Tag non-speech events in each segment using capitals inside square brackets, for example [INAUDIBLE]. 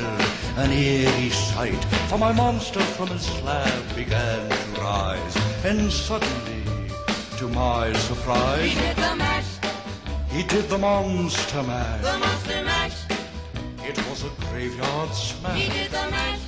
an eerie sight, for my monster from his slab began to rise, and suddenly, to my He surprise, did the mash, he did the monster mash. the monster mash. It was a graveyard He smash. did the mash.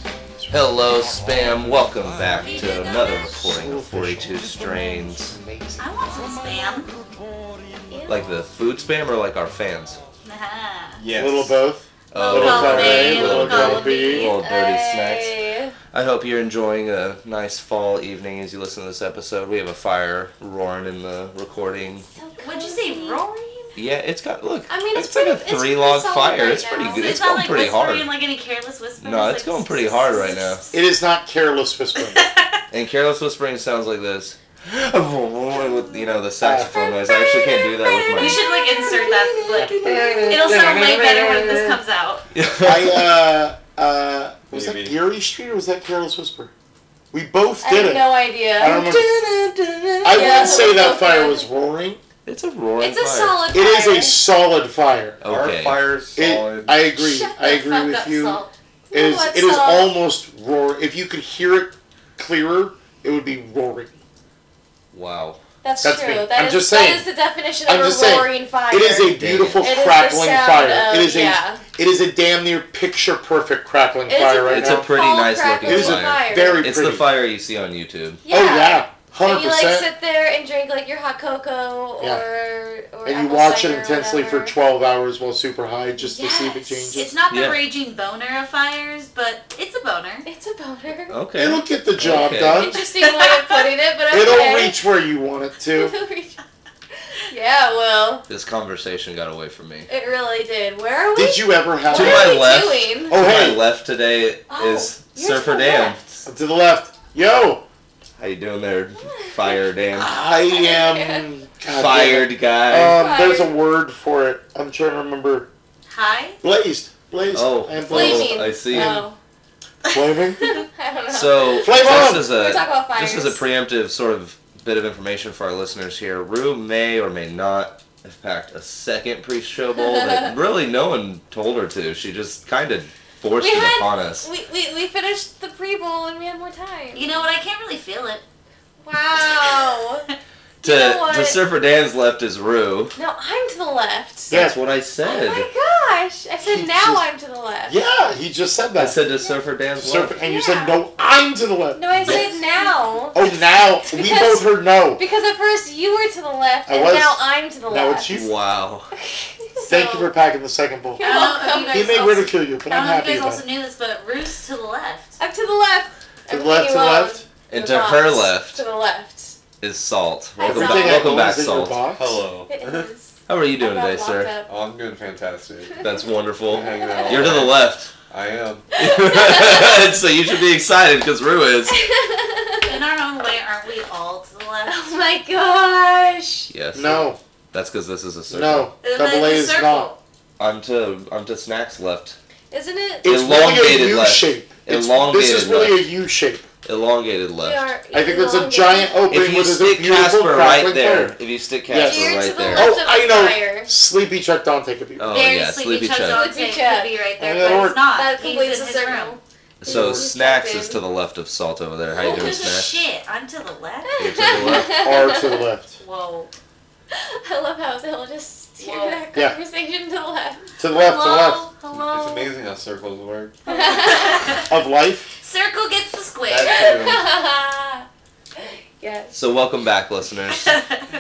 Hello, spam. Welcome back to another recording of 42 Strains. I want some spam. Like the food spam or like our fans? Ah. Yes. Little both. Little Colby, Colby, little Little Colby. Colby. Little dirty Hey. I hope you're enjoying a nice fall evening as you listen to this episode. We have a fire roaring in the recording. What'd you say, roaring? Yeah, it's got look. I mean, it's like pretty- a it's three pretty log solid fire. right it's pretty now. good. So It's going like pretty whispering hard. like any careless whisper. No, Just it's like going pretty hard right now. It is not careless whispering. And careless whispering sounds like this. With you know the saxophone noise. I actually can't do You that should like insert that with flip. my. It'll sound way better when this comes out. [LAUGHS] [LAUGHS] I uh uh was that Maybe. Geary Street or was that Careless Whisper? We both I did have it. no idea. I don't [LAUGHS] remember. Yeah, I wouldn't say that's that so fire good. was roaring. It's a roaring. It's a fire. solid. It is fire. a solid fire. Okay. Our fire's It, solid. I agree. Shut I the agree fuck with up, you. Salt. It is. What's It is up? almost roar. If you could hear it clearer, it would be roaring. Wow. That's, That's true. me. That I'm is- just That saying. is the definition I'm of just a saying. roaring fire. It is a beautiful It is the crackling sound fire. of- it is a. yeah. It is a damn near picture perfect crackling It is a fire right It's now. a pretty Fall nice crackling looking it is fire. fire. a very It's pretty. the fire you see on YouTube. Yeah. Oh yeah, hundred And you like percent. sit there and drink like your hot cocoa Yeah. or, or And you apple watch it cider or intensely for whatever. twelve hours while super high, just to see if Yes. it changes. It's not the Yeah. raging boner of fires, but it's a boner. It's a [LAUGHS] boner. Okay. It'll get the job Okay. done. Interesting way of putting it, but okay. It'll reach where you want it to. [LAUGHS] It'll reach. Yeah, well, This conversation got away from me. it really did. Where are we? Did you ever have? To what my are we left. doing? Oh to my hey, left today Oh, is you're Surfer to the Dan. left. to the left. Yo, How you doing there, Fire Dan? I am God damn it. Fired guy. Um, there's a word for it. I'm trying to remember. Hi. Blazed. Blazed. oh, I am blazed. oh, Flaming. I see. Oh, Flaming. [LAUGHS] I don't know. So Flame just on! as We're talking a about fires. just as a preemptive sort of bit of information for our listeners here, Rue may or may not have packed a second pre-show [LAUGHS] bowl that really no one told her to. She just kind of forced We it had- upon us. we, we, we finished the pre bowl and we had more time. You know what? I can't really feel it. Wow. To know what? to Surfer Dan's left is Rue. No, I'm to the left. Yeah. That's what I Oh said. my gosh. I said He now just- I'm to the left. [LAUGHS] Yeah, he just said that. I said to Surfer Dan's Surf- left. and you Yeah. said no. I'm to the left. No, I said now. Oh, now [LAUGHS] we Because- both heard no. Because at first you were to the left I and was. now I'm to the Now left. [LAUGHS] it's you. Wow. Thank you for packing the second bowl. You're I don't know if you welcome. guys He may also, ridicule you, I but don't I'm know if happy you guys about also it. knew this, but Roost to the left. I'm to the left. To the I'm left, to the leaving you alone. left. And The to box. her left To the left. is Salt. Welcome Salt. back, Everything I welcome own back, is in your Salt. box. Hello. It Uh-huh. is. How are you doing I got today, locked sir? up. Oh, I'm doing [LAUGHS] fantastic. That's wonderful. I'm hanging out. You're to the [LAUGHS] left. [LAUGHS] I am. so you should be excited because [LAUGHS] Rue is. [LAUGHS] In our own way, aren't we all to the left? [LAUGHS] Oh my gosh. Yes. No, That's because this is a circle. no. It's Double A a is circle. not. I'm to I'm to snacks left. Isn't it? It's really a Elongated U left. shape. It's, this Elongated is really a U shape. Elongated we left. are I think that's a elongated. [LAUGHS] giant opening If you with a stick beautiful Casper right crackling there, fire. if you stick Yes. Casper Here to right the there. left. Oh, I know. Fire. Sleepy Chuck Don't take a beer. Oh There's yeah, Sleepy, sleepy Chuck. Chuck. Sleepy Sleepy Chuck. Chuck. Could be right there, That'll but work. it's not. That He's completes in the his circle. room. So Sleepy snacks Chuck is to the left of salt over there. How Oh, you Who doing, gives a snacks? shit? I'm to the left. You're to the left. R to the left. Whoa. I love how they'll just steer Whoa. that Yeah. conversation to the left. To the left, to the left. Hello. Hello. It's amazing how circles work. [LAUGHS] Of life. Circle gets the square. That's [LAUGHS] yes. So welcome back, listeners. [LAUGHS]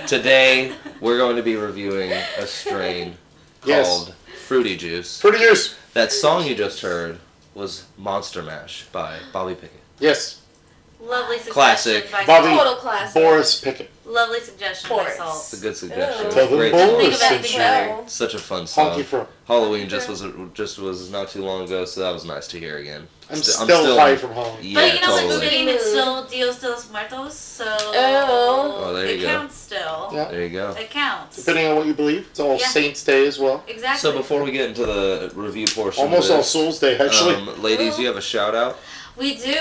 Today we're going to be reviewing a strain [LAUGHS] Yes. called Fruity Juice. Fruity juice. That song you just heard was Monster Mash by Bobby Pickett. Yes. [LAUGHS] Lovely suggestion Classic. by Bobby. Salt. Total classic. Boris Pickett. Lovely suggestion by Boris. Salt. It's a good suggestion. Ew. It's a Tell them great Boris song. Think about it, sent think you. about it. Well, Such a fun song. Honky Frog. Halloween just was just was not too long ago, so that was nice to hear again. I'm Sti- still, high from Halloween. Yeah, But you know what's totally. big? It's still Dios de los Muertos, so Oh. Oh, there it you go. counts still. Yeah. There you go. It counts. Depending on what you believe, it's all Yeah. Saints Day as well. Exactly. So before we get into the review portion, of Almost this, all Souls Day, actually. um, ladies, you have a shout out. we do.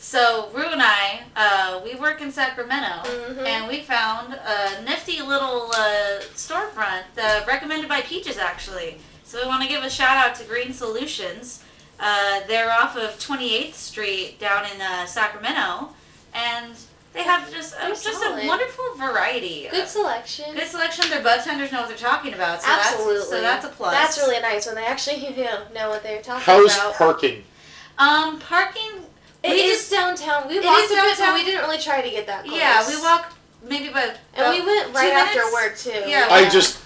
So Rue and I, uh, we work in Sacramento, Mhm. and we found a nifty little uh, storefront uh, recommended by Peaches, actually. So we want to give a shout out to Green Solutions. Uh, they're off of 28th Street down in uh, Sacramento, and they have just uh, They're just solid. a wonderful variety. Good selection. Good selection. Their bartenders know what they're talking about, so Absolutely. that's so that's a plus. That's really nice when they actually [LAUGHS] you know, know what they're talking How's about. parking? um parking. It we is just downtown. We It walked is a bit, but downtown. we didn't really try to get that close. yeah we walk maybe about And about we went two right after minutes? work too. Yeah. I just.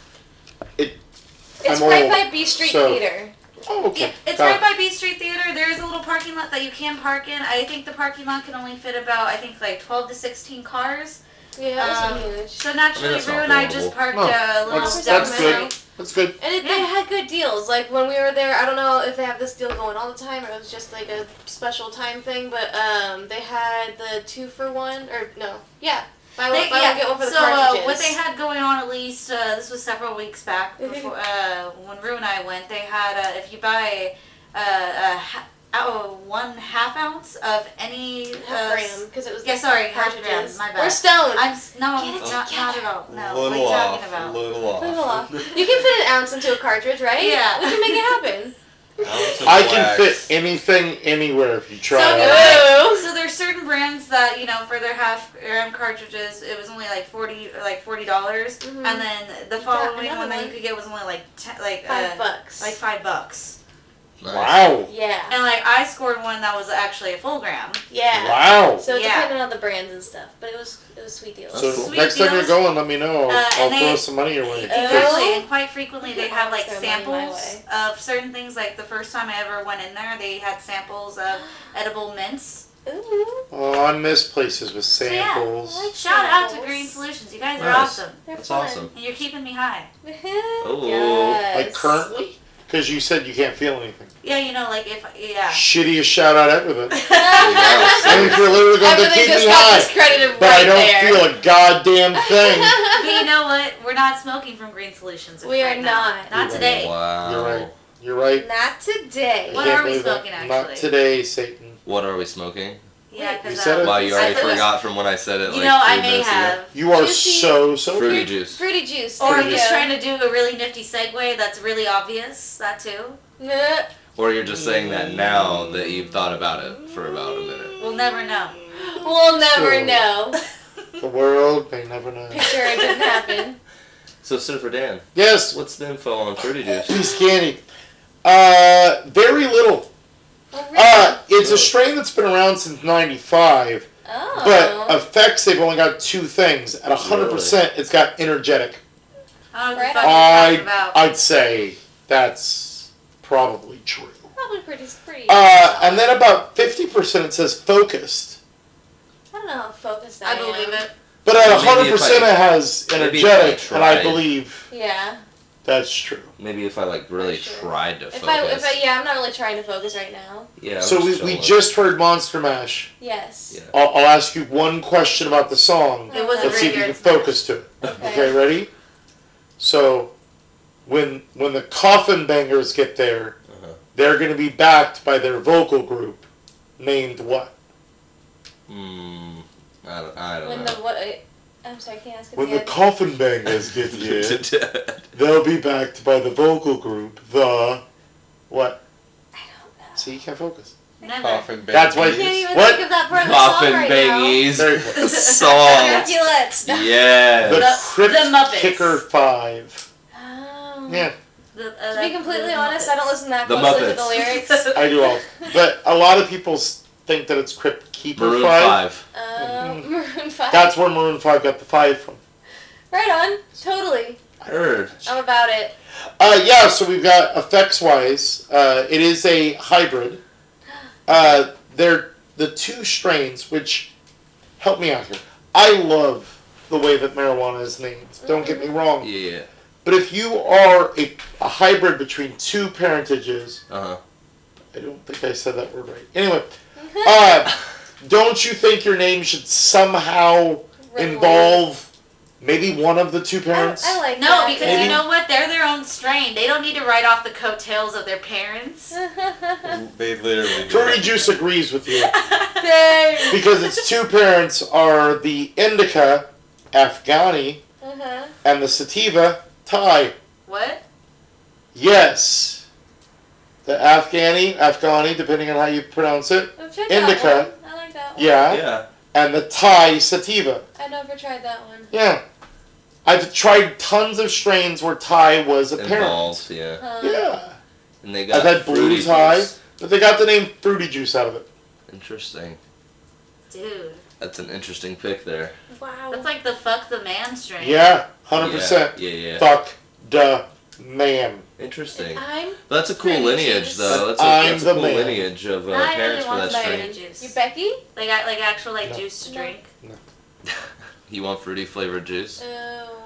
It's I'm right old, by B Street so- Theater. Oh, okay. Yeah, it's Got right it. by B Street Theater. There is a little parking lot that you can park in. I think the parking lot can only fit about I think like twelve to sixteen cars. Yeah, it was Um, huge. So naturally, I mean, that's Rue not and I horrible. just parked No, uh, a little that's- down that's the good. middle. That's good. And it, they Yeah. had good deals. Like when we were there, I don't know if they have this deal going all the time or it was just like a special time thing, but um, they had the two for one or no, yeah, buy one, They- buy yeah, one get one for the so uh, cartridges. what they had going on at least uh, this was several weeks [LAUGHS] back before uh, when Rue and I went. They had uh, if you buy uh, a ha- oh, one half ounce of any uh, half gram because it was yeah, sorry, half gram, cartridges. my bad. We're stoned. I'm s- no, Get it not, not at together. all. No, what are little you off. talking about? Little off. Leave it alone. you can fit an ounce into a cartridge, right? Yeah. we can make it [LAUGHS] happen. Ounce of I can wax. fit anything anywhere if you try. So it. good. Ooh. So there's certain brands that you know for their half gram cartridges, it was only like forty, like forty dollars, Mhm. and then the got following another one that you one. could get was only like ten, like Five uh, bucks. like five bucks. Nice. Wow. yeah, And like I scored one that was actually a full gram. yeah. Wow. So it Yeah. depended on the brands and stuff, but it was it was sweet deals. So Sweet next time you're deals. going, let me know. I'll, Uh, and I'll throw they- some money your way. Exactly, and quite frequently they have like Throw Oh. money my samples of certain things. Like the first time I ever went in there, they had samples [GASPS] of edible mints. Ooh, Oh, I miss places with So yeah, samples. I like Shout out to samples. Green Solutions, you guys are Nice. awesome, They're That's fun. awesome. and you're keeping me high. Woohoo. Ooh. Yes. Like currently? Because you said you can't feel anything. Yeah, you know, like if [LAUGHS] yeah. Shittiest shout out ever. Then [LAUGHS] I There think we're literally going to Everything keep just me got high, discredited but I right don't there. feel a [LAUGHS] goddamn [LAUGHS] thing. But [LAUGHS] you know what? We're not smoking from Green Solutions. We right are now. not. Not today. Wow. You're right. You're right. Not today. I What can't are we believe that. smoking, Not actually? today, Satan. What are we smoking? Yeah, You because said uh, it. Wow, you I already thought it was- forgot from when I said it. you like, know I three may minutes ago. have, You are Juicy. so so Fruity cute. juice. Fruity juice. or Fruity there just you trying to do a really nifty segue that's really obvious. That too. go. Nah. Or you're just saying that now that you've thought about it for about a minute. We'll never know. Mm. We'll never So- know. [LAUGHS] The world may never know. Picture it didn't [LAUGHS] happen. So, Super Dan, Yes, what's the info on fruity juice? please, Candy. Uh, very little. Oh, really? Uh, it's a strain that's been around since '95, oh. but uh, effects they've only got two things. At 100, percent it's got energetic. I don't know what Right. the fuck I- you're talking about. I'd say that's probably true. Probably pretty pretty. Uh, and then about 50% it says focused, I don't know how focused I, I believe am. it. but at Maybe if 100% it I- has maybe if I energetic, and I tried. believe Yeah. that's true. Maybe if I like really Sure. tried to If focus. I, if I, yeah, I'm not really trying to focus right now. yeah. I'm So we, we chilling. just heard Monster Mash. Yes. Yeah. I'll, I'll ask you one question about the song. It was a Let's see if you graveyard can smash. focus to it. Okay, ready? So, when when the coffin bangers get there, Uh-huh. they're going to be backed by their vocal group named what? Mm, I don't, I don't When the know. what? I'm sorry. Can you ask it When the again? coffin bangers [LAUGHS] get here, They'll be backed by the vocal group, the what? I don't know. See, you can't focus. Never. Coffin baby. That's why- I can't even What? think of that part of the song Coffin right [LAUGHS] bangies. There you go. now. Song. Dracula's. The, Yes. Crypt the Muppets. Kicker Five. Oh. Yeah, The, uh, To be completely the honest, Muppets. I don't listen that The closely to the Muppets. [LAUGHS] [LAUGHS] lyrics. I do all. But a lot of people s- think that it's Crypt Keeper Maroon Five. five. Um, [LAUGHS] Maroon Five. That's where Maroon Five got the five from. right on. Totally. Heard. I'm about it. Uh, yeah, so we've got effects wise. Uh, it is a hybrid. Uh, they're the two strains, which help me out here. I love the way that marijuana is named. Don't get me wrong. Yeah. But if you are a, a hybrid between two parentages, [LAUGHS] Uh huh. I don't think I said that word right. Anyway, uh, don't you think your name should somehow Relate. involve maybe one of the two I, parents? I like No, that. because Maybe. you [LAUGHS] know what? They're their own strain. They don't need to write off the coattails of their parents. Uh-huh. They literally. do. Fruity Juice agrees [LAUGHS] with you Dang. because its two parents are the indica, Afghani, Uh-huh. and the sativa, Thai. What? Yes. the Afghani, Afghani, depending on how you pronounce it. I've tried Indica. that one. I like that one. Yeah. Yeah. And the Thai sativa. I never tried that one. Yeah. I've tried tons of strains where Thai was apparent. Involved, yeah. Huh. Yeah. And they got I've had fruity blue tie. juice. But they got the name Fruity Juice out of it. Interesting. Dude, That's an interesting pick there. Wow. that's like the fuck the man strain. Yeah, 100%. Yeah, yeah. yeah. Fuck the man. Interesting. I'm. But that's a cool Fruity lineage, juice. though. That's a, I'm that's a the cool man. lineage of uh, I parents really for that want strain. fruity juice. You Becky? Like I, like actual like No. juice to No. drink. You want fruity flavored juice? Oh.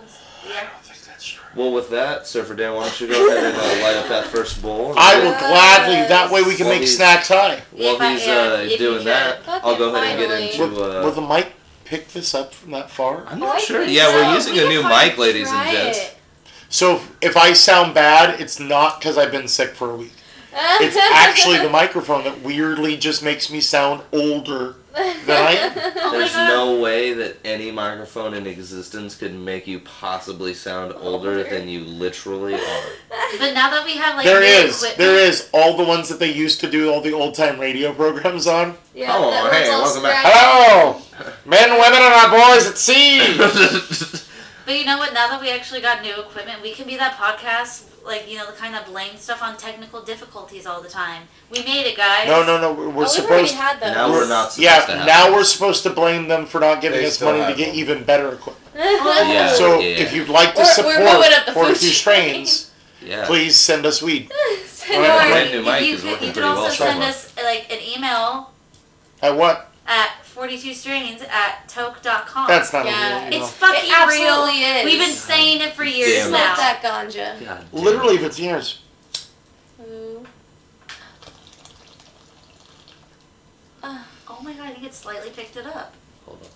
Yeah. don't think that's true. Well, with that, Surfer Dan, why don't you go ahead and uh, light up that first bowl? I will Yes. gladly. That way we can Well, make he's- snacks high. While If I- he's yeah, uh, if you doing can. that, I'll go ahead and get Finally. into. Uh, will the mic pick this up from that far? I'm not I sure. think Yeah, so. we're using We a could new probably mic, ladies and try gents. it. So if, if I sound bad, it's not because I've been sick for a week. [LAUGHS] It's actually the microphone that weirdly just makes me sound older. Oh my There's God. no way that any microphone in existence could make you possibly sound older Older. than you literally [LAUGHS] are. But now that we have like there new is, equipment- there is all the ones that they used to do all the old time radio programs on. [LAUGHS] Yeah, Oh, that one's hey, all welcome back. scratched. Oh, Hello, men, women, and our boys [LAUGHS] at sea. But you know what? Now that we actually got new equipment, we can be that podcast, like you know, the kind that blames stuff on technical difficulties all the time. We made it, guys. No, no, no. We're Oh, we're we've already supposed. had those. now we're [LAUGHS] not supposed to Yeah, have now that. we're supposed to blame them for not giving They us still money to have get them. even better equipment. Oh, Yeah. [LAUGHS] so yeah. if you'd like to We're- we're support moving up the for a food few chain. strains, Yeah. please send us weed. So Alright, our- brand new mic you is could, working you pretty could well also so send far. us like an email I want. at 42strains at toke.com. That's not Oh, Yeah. a real email. It's fucking It absolutely real. is. We've been saying it for years Damn it. Smoke now. that ganja. God damn. Literally, if it's years. Ooh. Oh my god, I think it slightly picked it up. Hold on.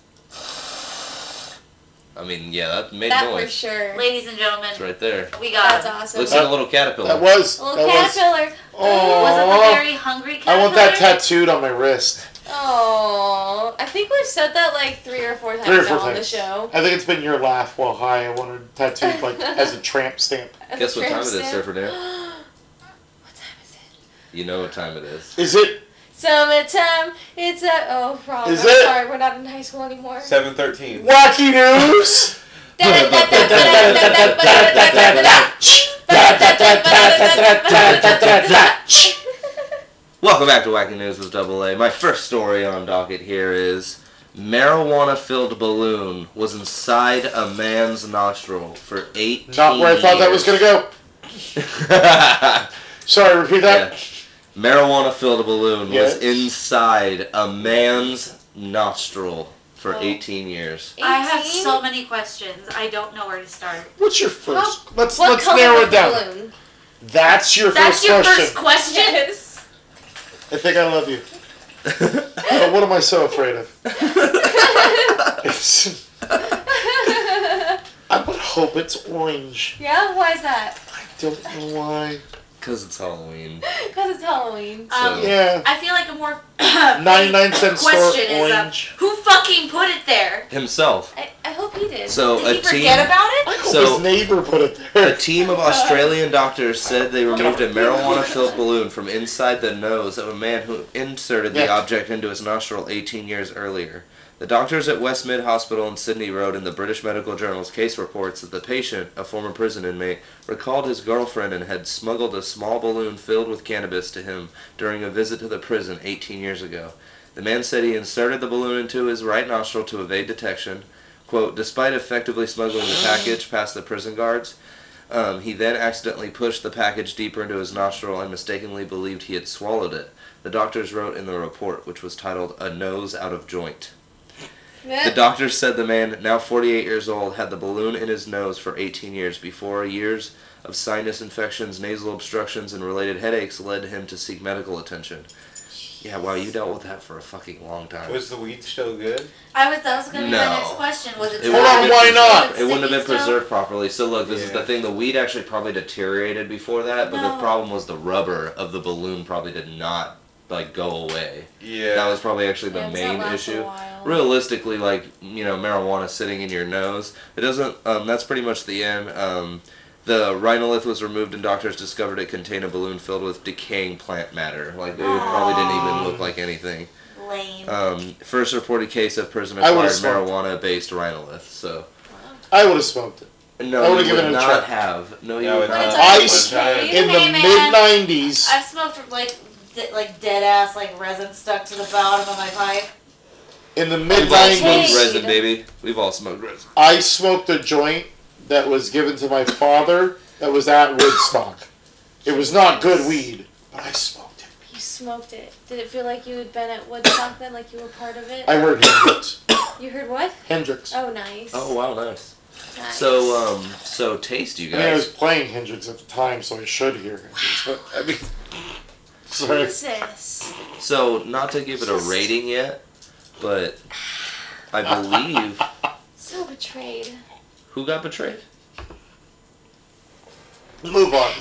I mean, yeah, that made That for noise. sure. Ladies and gentlemen, It's right there. we got That's it. awesome. Looks like a little caterpillar. That was. A little that was. caterpillar. Was it Oh, the very hungry I caterpillar? want that tattooed on my wrist. Oh, I think we've said that like three or four times Three or now four on the times. show. I think it's been your laugh while high. I wanted it [LAUGHS] tattooed like as a tramp stamp. Guess what time it is, Tramp stamp. Surfer Dan? what time is it? You know what time it is. Is it? Summertime. It's a oh, wrong. Is I'm it? Sorry, we're not in high school anymore. Seven thirteen. [LAUGHS] Wacky news. Welcome back to Wacky News with Double A. My first story on docket here is marijuana-filled balloon was inside a man's nostril for 18 Not where I thought that was gonna go. [LAUGHS] go. Sorry, repeat that. Yeah. Marijuana filled balloon Yes. was inside a man's nostril for Oh. 18 [LAUGHS] years. [LAUGHS] I have so many questions. I don't know where to start. What's your first? let's What let's color narrow was the it down. balloon? That's your first That's your question. [LAUGHS] first question? Yes. I think I love you. But what am I so afraid of? It's- I would hope it's orange. Yeah. Why is that? Don't know why. Because it's Halloween. Because it's Halloween. Um, Yeah. I feel like a more [COUGHS] 99 cent store question is um, orange. who fucking put it there? Himself. I, I hope he did. So Did he a team, forget about I it? hope So- his neighbor put it a there. team of Australian doctors said they removed a marijuana filled balloon from inside the nose of a man who inserted the Yeah. object into his nostril 18 years earlier. The doctors at Westmead Hospital in Sydney wrote in the British Medical Journal's case reports that the patient, a former prison inmate, recalled his girlfriend and had smuggled a small balloon filled with cannabis to him during a visit to the prison 18 years ago. The man said he inserted the balloon into his right nostril to evade detection. Quote, despite effectively smuggling the package past the prison guards, um, he then accidentally pushed the package deeper into his nostril and mistakenly believed he had swallowed it. The doctors wrote in the report, which was titled A Nose Out of Joint. The doctors said the man, now 48 years old, had the balloon in his nose for 18 years before years of sinus infections, nasal obstructions, and related headaches led him to seek medical attention. Yeah, wow, you dealt with that for a fucking long time. Was the weed still good? I was that was gonna be No. my next question. Was it, It Hold wouldn't on, have been why preserved- not? It wouldn't have been Sticky stuff? preserved properly. So look, this is the Yeah. thing. The weed actually probably deteriorated before that, but the No. problem was the rubber of the balloon probably did not like go away. Yeah. That was probably actually the Yeah, 'cause that main lasts a issue. while. Realistically, like you know, marijuana sitting in your nose, it doesn't. Um, that's pretty much the end. Um, The rhinolith was removed, and doctors discovered it contained a balloon filled with decaying plant matter. Like it probably didn't even look like anything. Lame. Um, first reported case of person I would've acquired smoked. marijuana-based rhinolith. So I would have smoked it. no, I you would've given it would a not try. have. No, you Yeah, I would would not. not. I Would s- not. Hey, In the man. mid '90s, I've smoked like de- like dead ass like resin stuck to the bottom of my pipe. in the mid We've all '90s, smoked Hey. resin, baby. We've all smoked resin. I smoked a joint that was given to my father that was at Woodstock. It was not good weed, but I smoked it. You smoked it. Did it feel like you had been at Woodstock then, like you were part of it? I heard Hendrix. You heard what? Hendrix. Oh, nice. Oh wow, nice. nice. So um, so taste, you I mean, I was guys. playing Hendrix at the time, so I should hear Hendrix. But I mean, sorry. Jesus. So not to [LAUGHS] give it a rating yet, but I believe So betrayed. who got [LAUGHS] betrayed. Move [LAUGHS] on.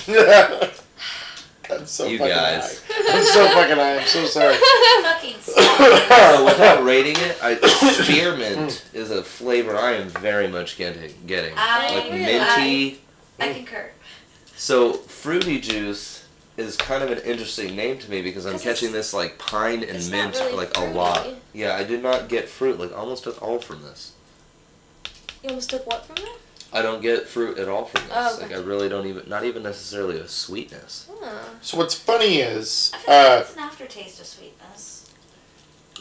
I'm so You fucking guys. high. I'm so fucking high. I'm so sorry. [LAUGHS] Fucking suck. So without rating it, I, spearmint is a flavor I am very much getting. Getting Um, uh, I like really- minty. I concur. So fruity juice is kind of an interesting name to me because I'm 'Cause it's- catching this like pine and it's mint not really like a fruity. lot. Yeah, I did not get fruit. Like almost at all from this. You almost took what from that? I don't get fruit at all from this. Oh, like I gotcha. really don't even not even necessarily a sweetness. Huh. So what's funny is I feel like uh, it's an aftertaste of sweetness.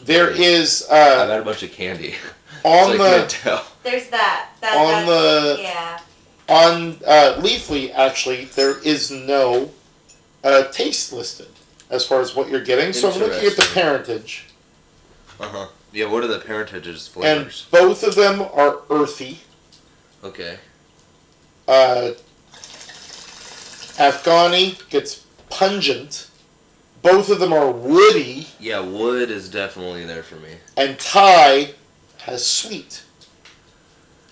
there is I've uh, had a bunch of candy. [LAUGHS] so on I couldn't the tell. There's that. that On that's, the- yeah. on uh, Leafly actually there is no uh, taste listed as far as what you're getting. So I'm looking at the Interesting. parentage, Uh-huh. Yeah, what are the parentages and flavors? both of them are earthy. okay. Uh, Afghani gets pungent. Both of them are woody, Yeah, wood is definitely there for me. and Thai has sweet.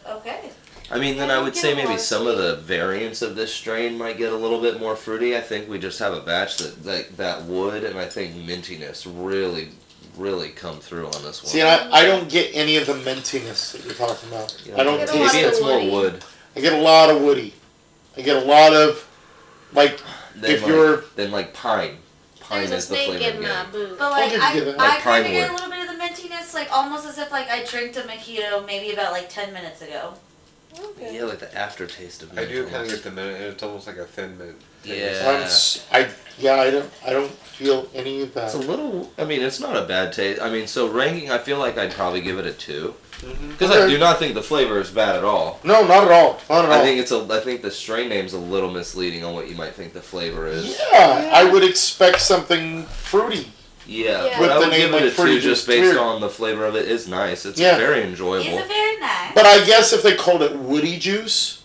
Okay. I mean, then Yeah, I you would get say a lot maybe of some of the variants of this strain might get a little bit more fruity. I think we just have a batch that that, that wood and I think mintiness really, really come through on this one. See, and I, I don't get any of the mintiness that you're talking about. Yeah. I don't Get a taste lot Maybe it. of it's more woody. wood. I get a lot of woody. I get a lot of like Than If like, you're- than like pine. Pine There's a is the snake flavor. in my game. boot. But like give you I, that. I Like pine kind of get a wood. little bit of the mintiness, like almost as if like I drank a mojito maybe about like ten minutes ago. [LAUGHS] Yeah, like the aftertaste of. I mint do kind of almost. get the mint, and it's almost like a thin mint. Yeah. I'm s- I yeah I don't I don't feel any of that. It's a little. I mean, it's not a bad taste. I mean, so ranking, I feel like I'd probably give it a two Mm-hmm. because I Okay. do not think the flavor is bad at all. No, not at all. Not at all. I think it's a. I think the strain name's a little misleading on what you might think the flavor yeah, is. I would expect something fruity. Yeah, Yeah. but With I the would name give like it a fruity two just juice, based weird. on the flavor of it. It's nice. It's Yeah. very It's enjoyable. a very nice. But I guess if they called it woody juice,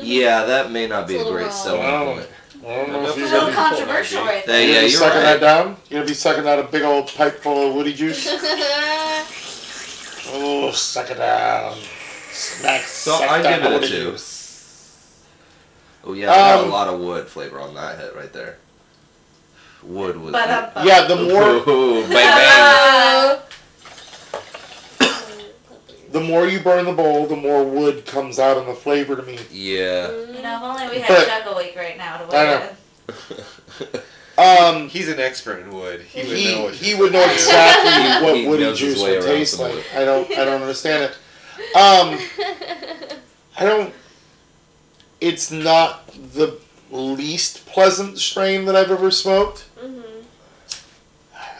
Yeah, that may not be It's a a little great raw. selling Wow. point. I don't know if It's you're it's He's a little gonna cold, controversial I There right be, there. you're Yeah, gonna be you're sucking right. that down. You're gonna be sucking out a big old pipe full of [LAUGHS] woody juice. oh, suck it down. Smack. So suck I down give it a woody two. juice. Oh yeah, I got Um, a lot of wood flavor on that hit right there. Wood was. But uh, but- Yeah, the more [LAUGHS] Ooh, bang bang. the more you burn the bowl, the more wood comes out in the flavor to me. Yeah. you know, if only we But- had Chuck awake right now to I wake know. up. Um, He's an expert in wood. He would he, know. What he you're would know [LAUGHS] saying. exactly He what woody knows his juice way would around taste some like. wood. I don't I don't understand it. Um, [LAUGHS] I don't. It's not the least pleasant strain that I've ever smoked. Mm-hmm.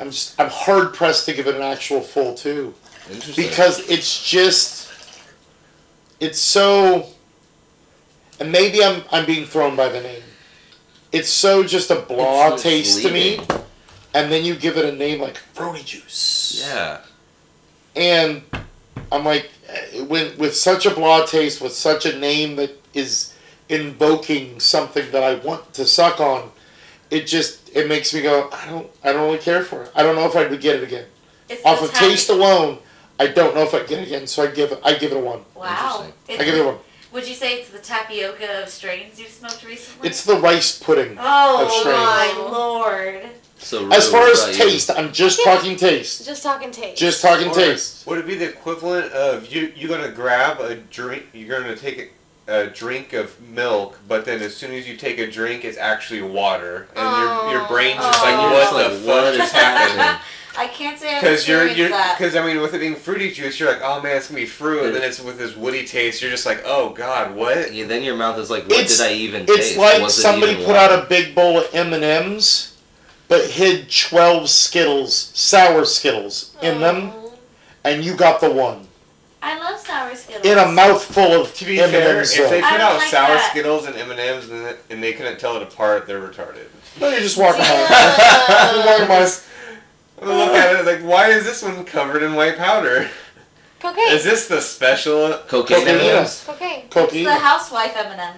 I'm just I'm hard pressed to give it an actual full two Interesting. because it's just it's so. And maybe I'm I'm being thrown by the name. It's so just a blah It's taste to me, misleading. and then you give it a name like fruity juice. Yeah. and I'm like, eh, when with such a blah taste, with such a name that is invoking something that I want to suck on, it just it makes me go, I don't, I don't really care for it. I don't know if I would get it again. It's Off the of time- taste alone, I don't know if I would get it again. So I give, it, I give it a one. Wow. Interesting. I give it a one. Would you say it's the tapioca of strains you've smoked recently? It's the rice pudding. oh of strains. my lord. So As Rue, far what as about you? taste, I'm just talking taste. Just talking taste. Just talking Or taste. Would it be the equivalent of you? You're gonna grab a drink. You're gonna take it. a drink of milk, but then as soon as you take a drink, it's actually water, and your your Oh. brain's just Oh. like, what the It's like, fuck what just is [LAUGHS] happened? happening? [LAUGHS] [LAUGHS] I can't say I've Because you're experienced you're that. because I mean with it being fruity juice, you're like, oh man, it's gonna be fruit, and then it's with this woody taste. You're just like, oh god, what? Yeah, then your mouth is like, what It's- did I even It's taste? like Was it somebody even put water? out a big bowl of M and M's, but hid twelve Skittles, sour Skittles, in them, Oh. and you got the one I love sour Skittles. in a mouthful of To be M&M's fair, if though. they I put don't out like sour that. Skittles and M and M's and they couldn't tell it apart, they're retarded. No, you just walk [LAUGHS] home. You Yeah. walk [LAUGHS] by, I look at it like, why is this one covered in [LAUGHS] white powder? Cocaine. Is this the special cocaine Cocaine. M&Ms? Cocaine. It's cookie. the housewife M&M.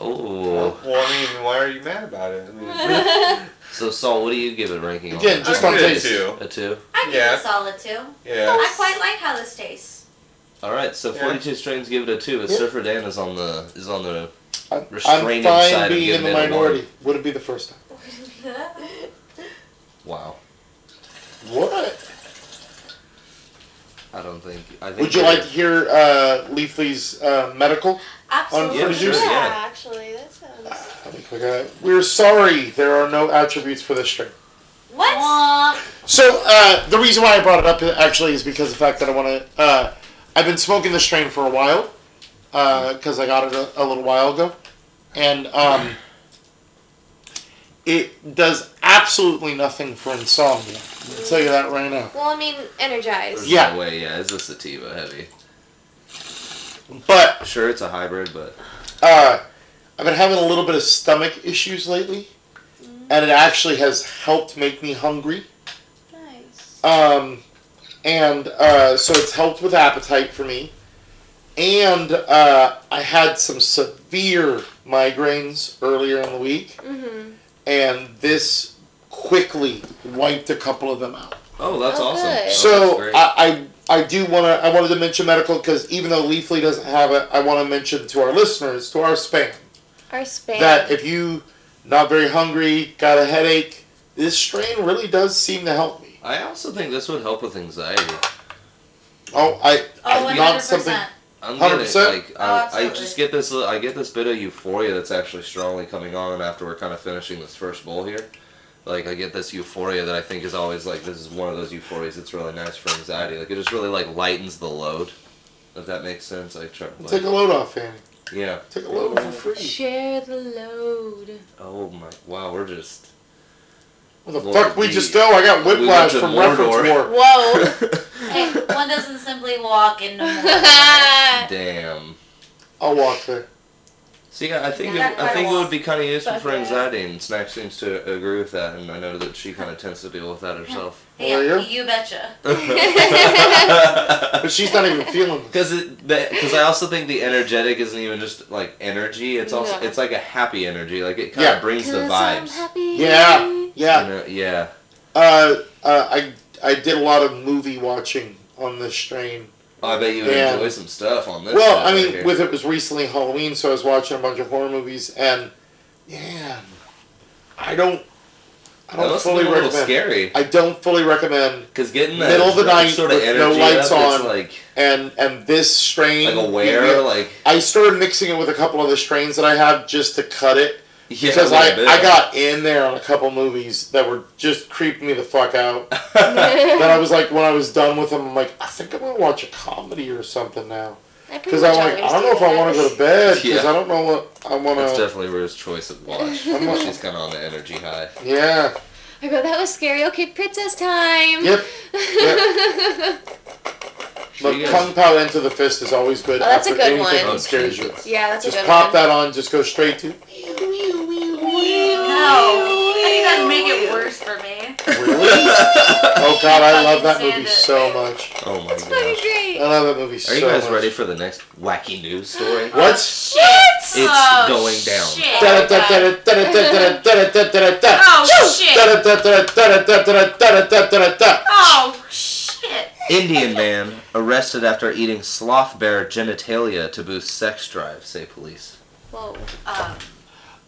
Oh, Well, I mean, why are you mad about it? I mean, [LAUGHS] [LAUGHS] so Saul, what do you give it ranking? on Again, that? just I'll on give it a taste. two. A two. I give Yeah. it solid too. yeah. I quite like how this tastes. All right, so Yeah. 42 strains give it a two. But Yeah. Surfer Dan is on the is on the I'm, I'm Restraining side fine of being in giving the it a minority. Would it be the first time? wow. What? I don't think. I think Would you it like to is. hear uh, Leafly's uh, medical? Absolutely. fruit Yeah, sure, yeah, yeah. actually, that sounds. Let me click on it. We're sorry, there are no attributes for this strain. What? Oh, So uh, the reason why I brought it up actually is because the fact that I want to. Uh, I've been smoking this strain for a while because I got it a, a little while ago, and um, it does absolutely nothing for insomnia. I'll tell you that right now. Well, I mean, energized. There's Yeah. No way. Yeah, it's a sativa heavy. But Sure, it's a hybrid, but Uh, I've been having a little bit of stomach issues lately, and it actually has helped make me hungry. Nice. Um, and uh, so it's helped with appetite for me. And uh, I had some severe migraines earlier in the week, Mm-hmm. and this quickly wiped a couple of them out. oh, that's Oh, awesome. good. Oh, that's So great. I, I I do want to I wanted to mention medical because even though Leafly doesn't have it, I want to mention to our listeners, to our spam, Our spam. that if you not very hungry, got a headache, this strain really does seem to help me. I also think this would help with anxiety. Oh, I Oh, 100%. I not something. I'm getting 100%? like Oh, I, I absolutely. just get this li- I get this bit of euphoria that's actually strongly coming on after we're kind of finishing this first bowl here. Like I get this euphoria that I think is always like this is one of those euphorias that's really nice for anxiety. Like it just really like lightens the load. If that makes sense, I try. Take Like, a load off, Fanny. yeah. Take a load for free. Share the load. Oh my! Wow, we're just. Well, the Lord fuck we D. just go? I got We went whiplash to from Mordor. reference war. [LAUGHS] [LAUGHS] Oh, Whoa. Hey, one doesn't simply walk in [LAUGHS] no more. I Damn. I'll walk there. See, I I think Yeah, it, quite I a think it lot. would be kind of useful Fuck for yeah. anxiety, and Snack seems to agree with that, and I know that she kind of tends to deal with that herself. Well, Yeah, yeah. you betcha. [LAUGHS] [LAUGHS] But she's not even feeling it. Because because I also think the energetic isn't even just like energy. It's also Yeah. it's like a happy energy. Like it kind of Yeah. brings the I'm vibes. happy. Yeah, You yeah. know? Yeah. Uh, uh, I I did a lot of movie watching on this strain. Oh, I bet you would Yeah. enjoy some stuff on this. Well, shit I right mean, here. with it was recently Halloween, so I was watching a bunch of horror movies, and man, I don't, I that don't must have fully been a little recommend. scary. I don't fully recommend, Because getting that Middle of the that night sort of with no energy lights up, on. it's like and and this strain, like beat me aware, up. like [LAUGHS] I started mixing it with a couple other strains that I have just to cut it yeah, because a I, little I [LAUGHS] got [LAUGHS] in there on a couple movies that were just creeping me the fuck [LAUGHS] out. then I was like, when I was done with them, I'm like, I think I'm gonna watch a comedy or something now because I'm like, I don't know if I want to go to bit. bed because Yeah. I don't know what I want That's to. definitely Rue's choice of watch. [LAUGHS] I'm not- She's kind of on the energy high. Yeah. I go, that was scary. Okay, princess time. Yep. Yep. Look, Yes. Kung Pao Into the Fist is always good. Oh, that's a after good anything one. that scares you. [LAUGHS] yeah, that's Just a good pop one. that on. Just go straight to. No. I think that'd make it worse for me. Really? oh God, I love that Stand movie it. so much. Oh my It's fucking gosh. I great. love that movie so Are much. you guys ready for the next wacky news story? What? Shit! It's oh, going down. Shit. Da- da- da- da- da- da- da- da- da- da- da- da. Oh, Shoo! shit. Da- da- da- da- da- da- da- da- da- da- da- da. Oh, shit. Indian man arrested after eating sloth bear genitalia to boost sex drive, say police. Whoa. Um,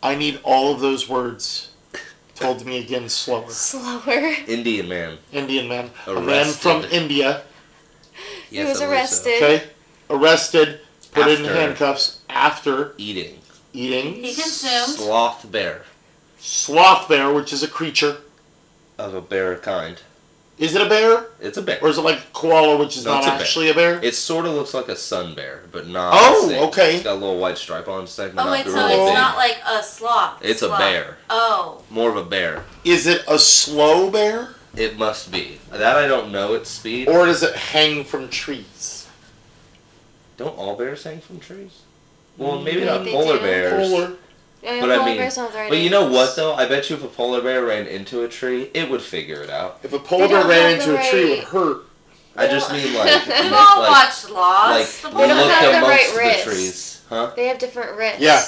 I need all of those words told to me again slower. Slower. [LAUGHS] Indian man. Indian man, a man Arrested. from India, he was I believe so. arrested. okay, arrested put in After. handcuffs after eating. eating He consumed. Sloth bear sloth bear, which is a creature. of a bear kind. Is it a bear It's a bear. or is it like koala, which is No, not it's a bear. actually a bear? It sort of looks like a sun bear, but not. Oh, the same. okay. It's got a little white stripe on its neck. but Oh not wait, the so really it's big. not like a sloth. It's a sloth. bear. Oh. More of a bear. Is it a slow bear It must be. That I don't know. Its speed. or does it hang from trees? don't all bears hang from trees? Well, maybe I think not they polar do. bears. Polar. Yeah, But I polar mean- bears don't have the right But you know names. what though? I bet you if a polar bear ran into a tree, it would figure it out. If a polar They bear don't ran have the into a tree, it would right- hurt. I just mean like, They [LAUGHS] We've look all like, watched Lost. like the don't one look have about the amongst right wrist. trees, huh? They have different wrists. Yeah.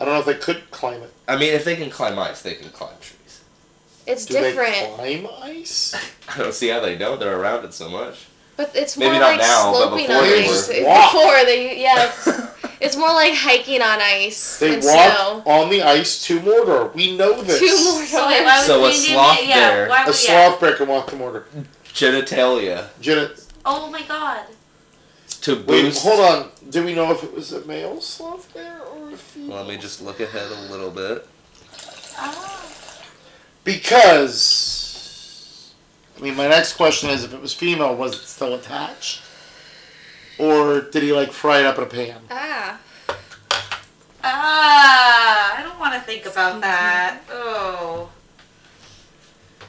I don't know if they could climb it. I mean, if they can climb ice, they can climb trees. [LAUGHS] It's Do different, they climb [LAUGHS] ice? I don't see how they know they're around it so much. but it's Maybe more not like now, but sloping before on they ice. were. It's Walk. Before they, yeah, it's, it's more like hiking on ice They and walk snow. on the ice to Mordor. We know this. Two more So wait, why times. would So a you do sloth that? Yeah, bear- why A would yeah. sloth bear can walk to Mordor. [LAUGHS] Genitalia Jenna, Oh my god. to wait, boost. hold on. Do we know if it was a male sloth bear or a female? Let me just look ahead a little bit. Oh. Because, I mean, my next question is: if it was female, was it still attached, or did he like fry it up in a pan? Ah, Ah, I don't want to think about that. Oh.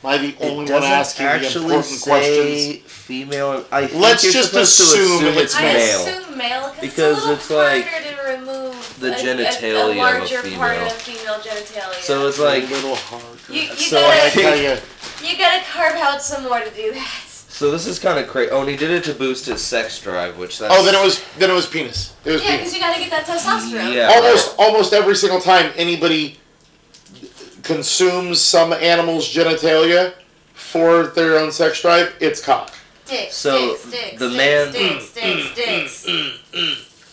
Am I the only one asking the important questions? female. I think Let's you're just supposed to assume it's I male. assume male Because it's like harder to remove the a- a- genitalia of a a larger part female. of female genitalia. So it's It's like like a little hard. you, you so gotta I think- tell [LAUGHS] you, you gotta carve out some more to do that. [LAUGHS] so. This is kind of crazy. Oh, and he did it to boost his sex drive, which that's oh, then it was then it was penis. It was Yeah, penis. because you gotta get that testosterone. Yeah. Almost almost every single time anybody consumes some animal's genitalia for their own sex drive, it's cock. Dicks, So, dicks, dicks, the dicks, man- dicks, dicks, dicks.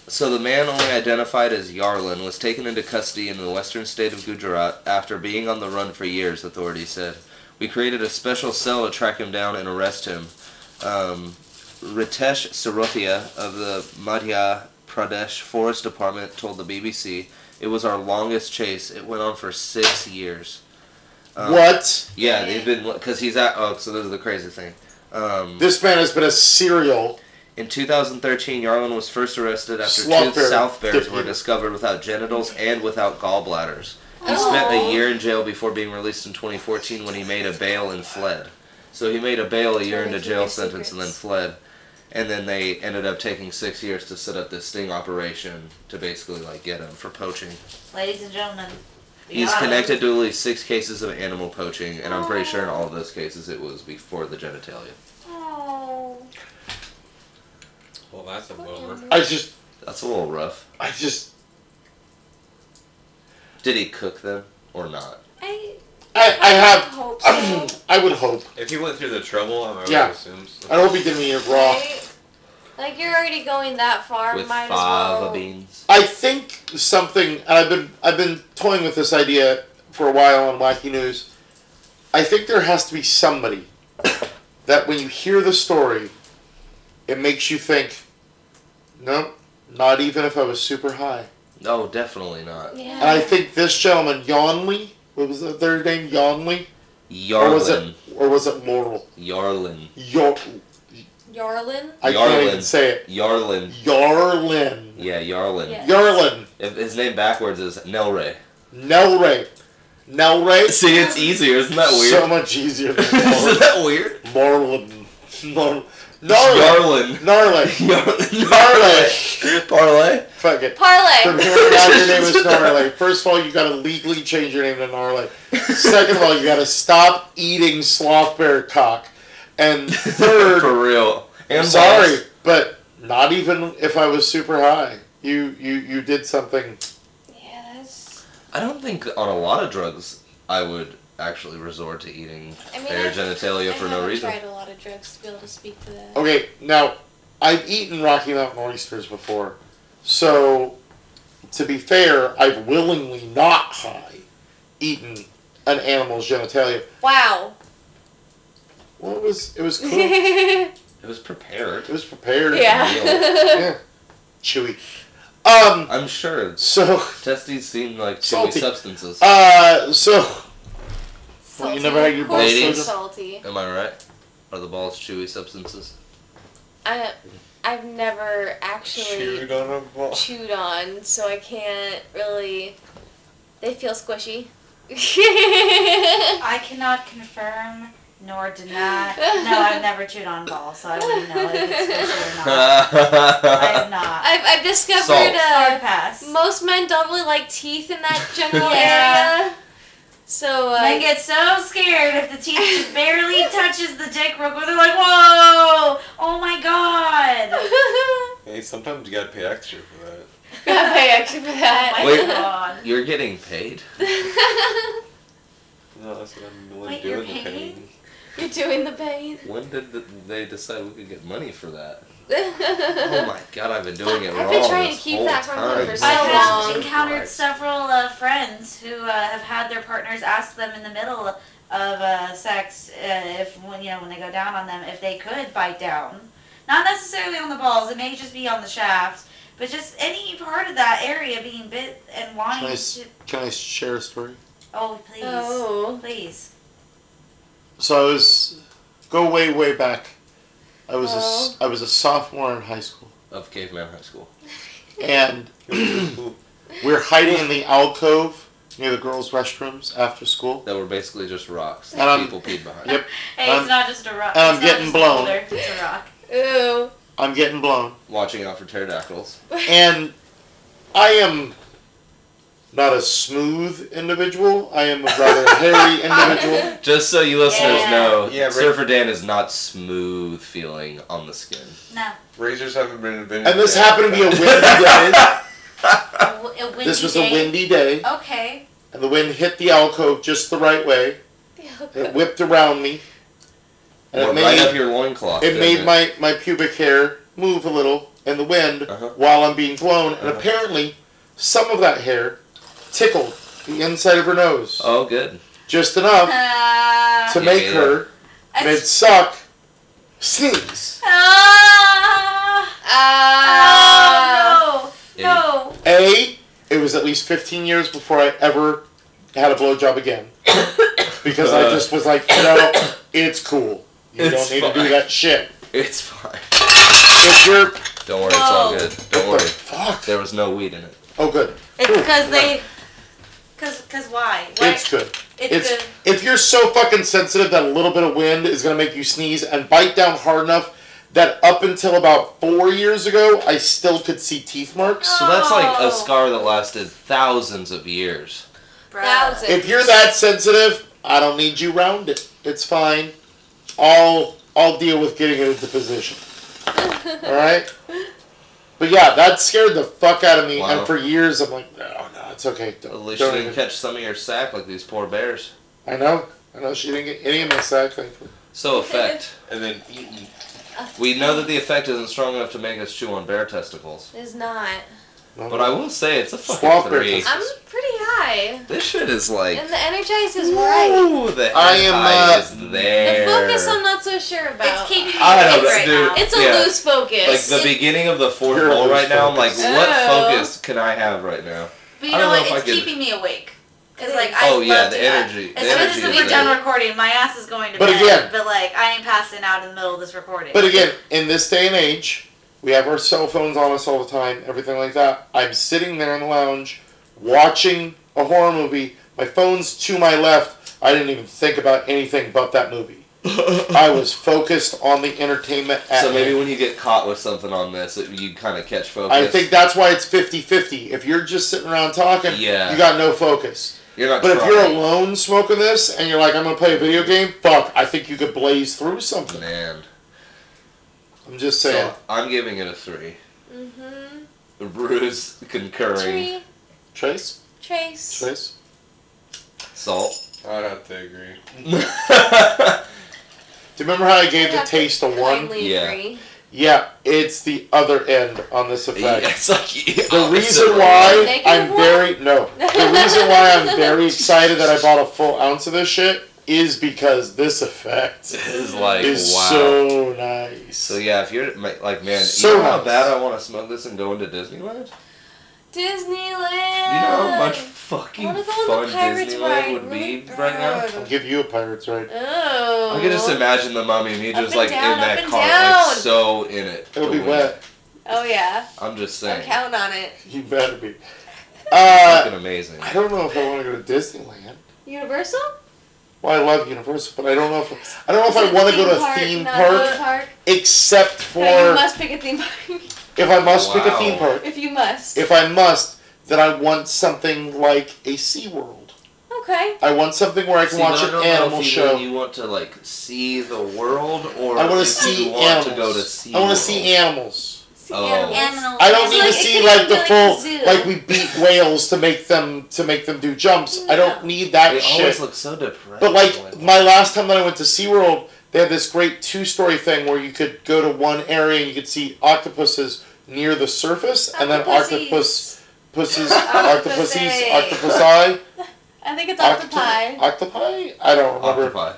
So the man only identified as Yarlin was taken into custody in the western state of Gujarat after being on the run for years, authorities said. We created a special cell to track him down and arrest him. Um, Ritesh Sarothia of the Madhya Pradesh Forest Department told the BBC, It was our longest chase. It went on for six years. Um, what? Yeah, they've been, because he's at, oh, so this is the crazy thing. Um, This man has been a serial. in 2013, Yarlin was first arrested after Sloth two bear. south bears were Dip you. discovered without genitals and without gallbladders. He spent a year in jail before being released in 2014 when he made a bail and fled. So he made a bail, a year into jail sentence, and then fled. And then they ended up taking six years to set up this sting operation to basically like get him for poaching. Ladies and gentlemen. we He's got him. connected to at least six cases of animal poaching, and I'm pretty sure in all of those cases it was before the genitalia. Oh. Well, that's a bummer. I just That's a little rough. I just Did he cook them or not? I, I, I have [CLEARS THROAT] hope so. [LAUGHS] I would hope. If he went through the trouble, I would Yeah. assume. So. I hope he didn't eat it raw. right? Like you're already going that far. With might fava as well. beans. I think something and I've been I've been toying with this idea for a while on Wacky News. I think there has to be somebody that when you hear the story, it makes you think, nope, not even if I was super high. No, definitely not. Yeah. And I think this gentleman, Yonley, what was the third name? Yonley? Or was Yarlin. it or was it Laurel? Yarlin. Yor Yarlin. I can't even Yarlin. say it. Yarlin. Yarlin. Yeah, Yarlin. Yeah. Yarlin. If his name backwards is Nelray. [LAUGHS] Nelray. Nelray. See, it's easier. Isn't that weird? So much easier than [LAUGHS] Isn't that weird? Marlin. Marlin. Gnarly. Yarlin. [LAUGHS] Gnarly. Yarlin. Parlay. [LAUGHS] Parlay. Fuck it. From Parlay. here on out, your name is Gnarly. First of all, you gotta legally change your name to Gnarly. Second of all, you gotta stop eating sloth bear cock. [LAUGHS] And third, For real. I'm And sorry, balls. but not even if I was super high. You you you did something. yeah, that's. I don't think on a lot of drugs I would actually resort to eating I mean, their I- genitalia for I no haven't reason. tried a lot of drugs to be able to speak to that. Okay, now I've eaten Rocky Mountain oysters before, so to be fair, I've willingly not high eaten an animal's genitalia. [LAUGHS] Wow. Well, [LAUGHS] it was it was cool. it yeah. It was prepared. was prepared. [LAUGHS] Yeah. [LAUGHS] Yeah. chewy. Um, I'm sure so, testes seem like chewy Salty. substances. uh, so Well, you Salty. never had your Of course balls it's frozen? salty. Am I right? Are the balls chewy substances? [LAUGHS] I, I've never actually Chewed on a ball. chewed on, so I can't really. They feel squishy. [LAUGHS] I cannot confirm nor deny. No, I've never chewed on balls, so I wouldn't know if it's squishy or not. I [LAUGHS] have not. I've, I've discovered Salt. Hard uh, pass. most men don't really like teeth in that [LAUGHS] general Yeah. area. So uh, I get so scared if the teeth just barely touches the dick real quick. They're like, whoa! Oh [LAUGHS] my god! Hey, sometimes you gotta pay extra for that. gotta pay extra for Oh my that. Wait. god. [LAUGHS] You're getting paid? [LAUGHS] No, that's what I'm really Wait, you're doing. the paying? pain. You're doing the pain. When did th they decide we could get money for that? Oh oh my god, I've been doing it I've wrong been trying this to keep whole that from her time. for I so have long. encountered several uh, friends who uh, have had their partners ask them in the middle of uh, sex uh, if when you know when they go down on them if they could bite down, not necessarily on the balls. It may just be on the shaft, but just any part of that area being bit and wanting Nice. to. can I share a story? Oh please, [LAUGHS] Oh. please. So I was go way way back. I was a s I was a sophomore in high school, Of Caveman High School. and we're hiding in the alcove near the girls' restrooms after school. That were basically just rocks And that I'm- people peed behind. Yep, Hey, Um, it's not just a rock. and I'm it's not getting just a blown. boulder, It's a rock. Ooh. I'm getting blown, Watching out for pterodactyls. and I am not a smooth individual. I am a rather [LAUGHS] hairy individual. Just so you listeners Yeah. know, Yeah, right. Surfer Dan is not smooth feeling on the skin. No, Razors haven't been invented. And this yet. happened to be a [LAUGHS] windy day. a, w- a windy This was a day. windy day, Okay. and the wind hit the alcove just the right way. It whipped around me, and Or it made right up your loincloth. it didn't made my, my pubic hair move a little in the wind Uh-huh. while I'm being blown, and Uh-huh. apparently some of that hair tickled the inside of her nose Oh, good. just [LAUGHS] enough [LAUGHS] Uh, to Yeah, make yeah. her mid suck sneeze. Ah. Ah. Oh no! Yeah, No! A, it was at least 15 years before I ever had a [COUGHS] blowjob again because I Uh. just was like, you know, it's cool. You It's don't need to do fine. that shit. It's fine. If you're Don't worry, it's all Whoa. good. Don't what the worry. fuck. There was no weed in it. Oh, good. It's because they. Cause, cause why? Why- It's good. It's, It's good. if you're so fucking sensitive that a little bit of wind is gonna make you sneeze and bite down hard enough that up until about four years ago I still could see teeth marks. So that's like Oh. a scar that lasted thousands of years. Bruh. Thousands. If you're that sensitive, I don't need you round it. It's fine. I'll I'll deal with getting it into position. Alright? But yeah, that scared the fuck out of me Wow. and for years I'm like, no, no, it's okay. At Don't, least don't you didn't even. catch some of your sack like these poor bears. I know. I know she didn't get any of my sack thankfully. [LAUGHS] So effect. And then eaten. We know that the effect isn't strong enough to make us chew on bear testicles. It's not. No, But I will say it's a Swamp fucking bear three. testicles. I'm pretty high. This shit is like And the energize is right. Ooh, the I am, high uh, is The there. focus I'm not so sure It's about. keeping me I awake don't know, right dude. now. It's a Yeah. loose like focus. the beginning of the fourth You're hole right now. I'm like, always what Oh. focus can I have right now? I But you don't know know what? if I It's can- keeping me awake. Cause It like is. I Oh, yeah, love the to do that. energy- the As soon energy as is there. we're done recording, my ass is going to But bed. again- but like I ain't passing out in the middle of this recording. But again, in this day and age, we have our cell phones on us all the time, everything like that. I'm sitting there in the lounge watching a horror movie. My phone's to my left. I didn't even think about anything but that movie. I was focused on the entertainment at so maybe hand. when you get caught with something on this, it, you kind of catch focus. Uh, I think that's why it's 50-50. If you're just sitting around talking, Yeah. you got no focus. you're not. But if trying. you're alone smoking this and you're like, I'm gonna play a video game, fuck, I think you could blaze through something. man, I'm just saying. so I'm giving it a three. mm-hmm. Bruce concurring. Tree. Trace? Trace. Trace? [LAUGHS] Salt. I'd have to agree. Do you remember how I gave Yeah, the taste a one? Kindly Yeah. agree. Yeah, it's the other end on this [LAUGHS] effect. It's like- The opposite reason way. why Negative I'm one? [LAUGHS] very no. The reason why I'm very excited that I bought a full ounce of this shit is because this effect Is [LAUGHS] like is wow. so nice. So yeah, if you're ma- like, man, So you know how nice. bad I want to smoke this and go into Disneyland. Disneyland. You know how much I fucking wanna go on fun the pirates Disneyland ride would really be right now. I'll bad. give you a pirate's right. Oh. I can just imagine the mummy and me Up just and like down, in up that and car, down. like so in it. It'll to be win. wet. Oh yeah. I'm just I'm saying, counting on it. You better be. [LAUGHS] Uh, fucking amazing. I don't know if I want to go to Disneyland. Universal? Well, I love Universal, but I don't know if I don't know if I want to go to a theme park, except for No, you must pick a theme park. [LAUGHS] if I must pick a Wow. theme park. if you must. If I must, then I want something like a SeaWorld. okay. I want something where I can See, watch but I an don't know if animal either show. You want to like see the world, or I want to see you want animals. to go to see. I want world. to see animals. See Oh. animals. Animal. I don't It's need like- to it see could like be the like full a zoo. like we beat whales to make them to make them do jumps. I don't No. need that They shit. always look so depressed. But like when- my last time that I went to SeaWorld, they had this great two story thing where you could go to one area and you could see octopuses near the surface and then octopus [LAUGHS] Octopuses. pussies octopuses Octopussy. octopusi I think it's octopi octopi. octopi I don't remember. octopi.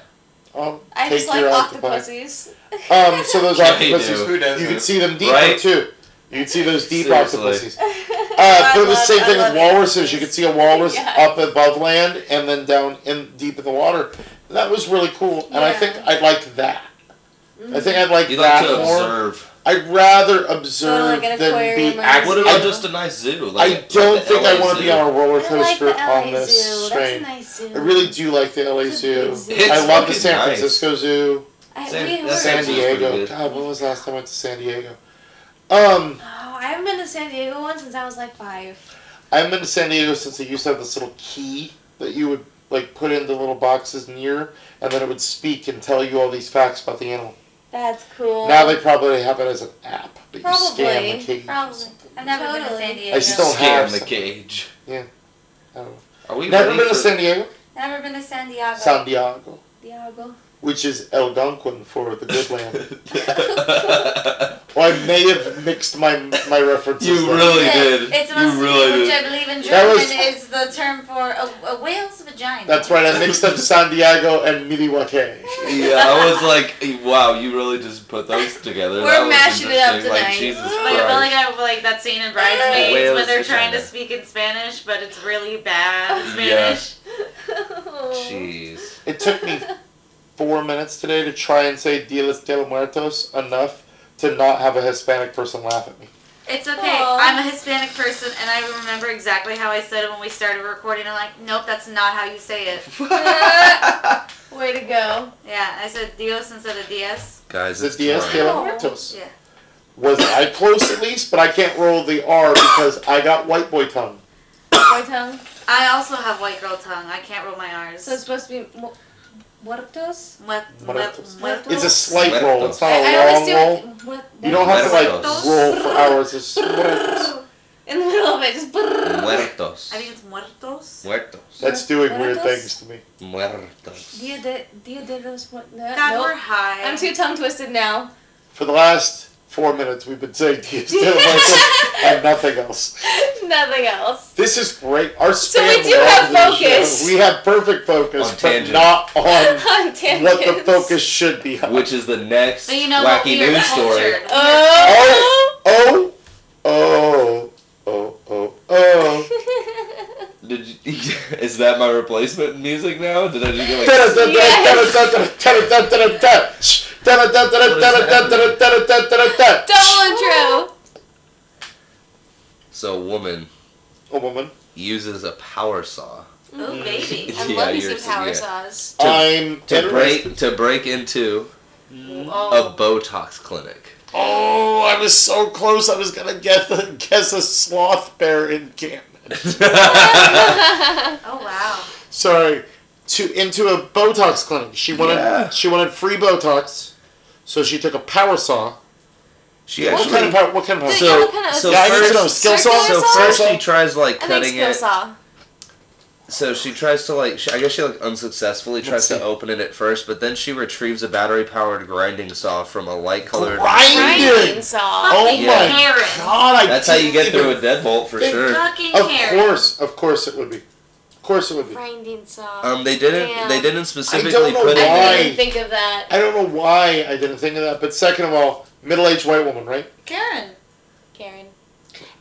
Um, I just take like your octopi. octopuses. [LAUGHS] Um, so [LAUGHS] those Yeah, you octopuses do. Who does you can this? see them deeper Right? too. You can see those deep [LAUGHS] Seriously. octopuses. Uh, they're the love- same I thing love with walruses. You could see a [LAUGHS] walrus Yeah. up above land and then down in deep in the water. And that was really cool, and I Yeah. think I'd like that. I think I'd like You like that to more. observe. I'd rather Go observe to, like, an than aquarium be or active. What I- about just a nice zoo? Like, I don't the think LA I want to be zoo. on a roller I like the coaster LA on this zoo. train. That's a nice zoo. I really do like the LA It's a big Zoo. zoo. It's I love the fucking San nice. Francisco Zoo, I, San- we were, that's San San Francisco's pretty Diego. good. God, when was the last time I went to San Diego? Um, Oh, I haven't been to San Diego one since I was like five. I haven't been to San Diego since they used to have this little key that you would like put into little boxes near, and then it would speak and tell you all these facts about the animal. That's cool. Now they probably have it as an app that you scan the Probably. key. Probably. I've never been to Totally. San Diego. I still have Scan the some- cage. I don't know. Are we Never ready been to for- San Diego? Never been to San Diego. San Diego, Diego. which is Algonquin for the good land. or I may have mixed my my references. You there. really- Yeah, did. It's You mostly, really which did. I believe in That German was- is the term for a, a whale's vagina. That's right. I mixed up San Diego and Miliwake. [LAUGHS] yeah, I was like, wow, you really just put those together. We're That was mashing it up interesting. Like, tonight. Jesus Like I feel like Christ. I have like that scene in Bridesmaids Whale's when they're trying to vagina. speak in Spanish, but it's really bad Yeah. Spanish. [LAUGHS] Jeez. It took me four minutes today to try and say Dia de los Muertos enough to not have a Hispanic person laugh at me. It's okay. Aw. I'm a Hispanic person, and I remember exactly how I said it when we started recording. I'm like, nope, that's not how you say it. [LAUGHS] Way to go. Yeah, I said Dios instead of Diaz. Guys, Is it it's Diaz de Friday. los Muertos? Yeah. Was I close at least? But I can't roll the R because I got white boy tongue. Boy tongue. I also have white girl tongue. I can't roll my R's. So it's supposed to be mu- muertos. Mue- mue- Muertos. muertos. It's a slight Muertos. roll. It's not I, a I always long do roll. it. mu- Oh, You don't have to like Muertos. roll for hours. [LAUGHS] It's muertos. in the middle of it. Just. brrrr. Muertos. I think it's muertos. Muertos. That's doing weird Muertos? things to me. Muertos. Dia de Dia de los Muertos. God, we're Nope. high. I'm too tongue twisted now. [LAUGHS] For the last four minutes, we've been saying Diaz de los Muertos [LAUGHS] and nothing else. Nothing else. This is great. Our So spam we do love have this show. focus. We have perfect focus, On but tangent. [LAUGHS] not on On tangents. Um, what the focus should be on. [LAUGHS] Which is the next But you know what? wacky We are news story. cultured. [LAUGHS] Oh. Oh, oh, oh, oh, oh. [LAUGHS] Did you, [LAUGHS] is that my replacement music now? Did I just get like A Double intro. So a woman Oh, woman. uses a power saw Ooh, baby. I Yeah, love me yours is- some power yeah. saws. To- I'm to interested. break to break into a Oh. Botox clinic. [LAUGHS] Oh, I was so close. I was gonna guess a, [LAUGHS] guess a sloth bear encampment. oh, [LAUGHS] wow. Sorry, to into a Botox clinic. She wanted Yeah. she wanted free Botox, so she took a power saw. She What actually kind of power? What kind of power? Dude, saw? So- what kind of so yeah, I need to first- know. Skill saw. circular so saw? first she tries like I think cutting skill it. saw. So she tries to like she, I guess she like unsuccessfully Let's tries see. to open it at first, but then she retrieves a battery powered grinding saw from a light colored. Grinding. Grinding saw. Oh Fucking Yeah. my Karen. god! I That's how you get didn't through a even- deadbolt for They sure. Fucking Of Karen. course, of course it would be. Of course it would be. grinding salt. Um, they didn't. Damn. They didn't I specifically don't know I put it. why. didn't even think of that. I don't know why I didn't think of that, but second of all, middle-aged white woman, right? Karen. Karen.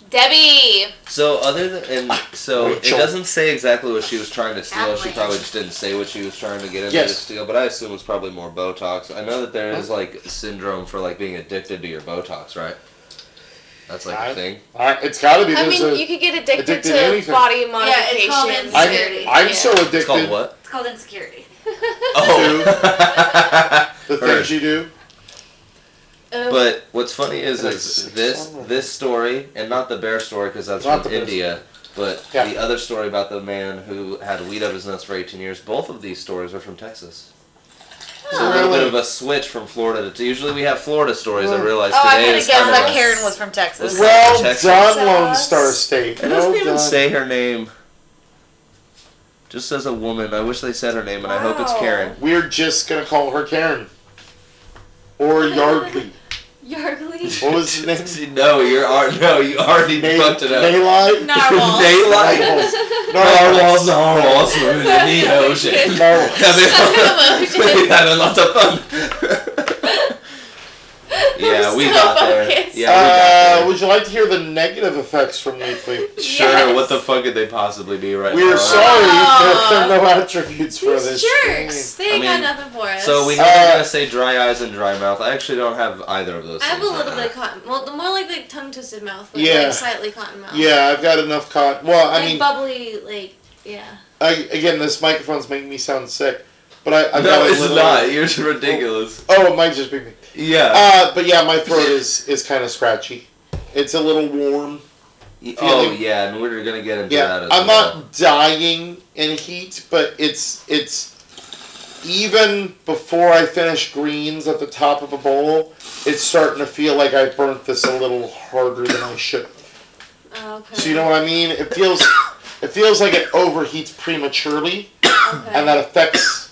Debbie. So other than and so it Rachel. doesn't say exactly what she was trying to steal. She Avalanche. probably just didn't say what she was trying to get into Yes. to steal. But I assume it's probably more Botox. I know that there is like syndrome for like being addicted to your Botox, right? That's like I- a thing. All right, it's got to be. I There's mean, a- you could get addicted, addicted to to anything. body Yeah, it's called modifications. I'm, insecurity. I'm Yeah. so addicted It's called [LAUGHS] what? It's called insecurity. Oh. the Her. things you do. Oh, But what's funny is Like is six this songs. this story and not the bear story because that's from Not the bear India, but Yeah. the other story about the man who had weed up his nuts for 18 years. Both of these stories are from Texas. It's a Oh. little Really? bit of a switch from Florida. To, usually we have Florida stories. I Oh. realize Oh, I today could have is guessed kind of that a- Karen was from Texas. Well- Well Texas. done, Lone Star State. It doesn't Well even done. say her name. Just says a woman. I wish they said her name, and I hope it's Wow. Karen. We're just gonna call her Karen [LAUGHS] or Yardley. Yardley. What was his [LAUGHS] name? no, you're ar- no, you already fucked it up. [LAUGHS] Nayli. Narwhal. [LAUGHS] Daylight. Narwhals, Narwhals. narwhals swimming in the [LAUGHS] ocean. [LAUGHS] Narwhals. We're having lots [LAUGHS] of fun. yeah, we so got there. focused. Yeah, Uh, we got would you like to hear the negative effects from Leafly? there. Sure, Yes. what the fuck could they possibly be right We now? are sorry Aw. there are no attributes for These this. jerks. They ain't I mean, got nothing for us. So we know Uh, they're gonna say dry eyes and dry mouth. I actually don't have either of those. I have a things right little bit now. of cotton. Well, the more like the tongue twisted mouth. Like, Yeah. like slightly cotton mouth. stream. Yeah, I've got enough cotton. Well, I Like mean, bubbly, like yeah. I, again, this microphone's making me sound sick, but I, I've No, got a it's little- not. You're just ridiculous. Oh, it might just be me. Yeah. Uh, but yeah, my throat is is kind of scratchy. It's a little warm. oh feeling- yeah, and we're gonna get into that Uh, Yeah, as I'm well. not dying in heat, but it's it's even before I finish greens at the top of a bowl, it's starting to feel like I burnt this a little harder than I should. Oh, okay. So you know what I mean? It feels it feels like it overheats prematurely, Okay. and that affects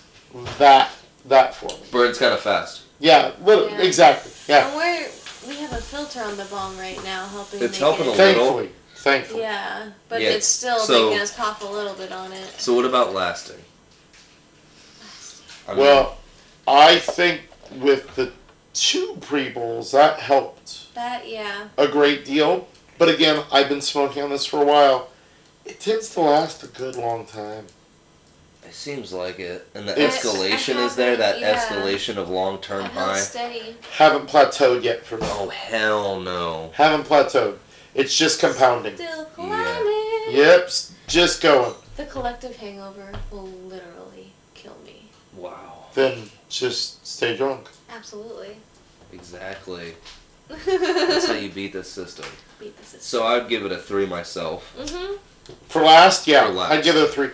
that that for me. Burns kind of fast. Yeah, little, Yeah. exactly. Yeah, And we're we have a filter on the bomb right now, helping. It's make helping it. a thankfully, thankfully. Yeah, but Yeah, it's still so- making us cough a little bit on it. So what about lasting? I mean, Well, I think with the two pre bowls that helped. That yeah. a great deal. But again, I've been smoking on this for a while. It tends to last a good long time. It seems like it, and the It's- escalation I is there. That haven't- yeah. escalation of long-term It high. held steady. Haven't plateaued yet for me. Oh hell no! Haven't plateaued. It's just compounding. Still climbing. Yep, s- just going. The collective hangover will literally kill me. Wow. Then just stay drunk. Absolutely. Exactly. That's [LAUGHS] how Beat you beat this system. the system. So I'd give it a three myself. Mhm. For last, yeah, For last. I'd give it a three.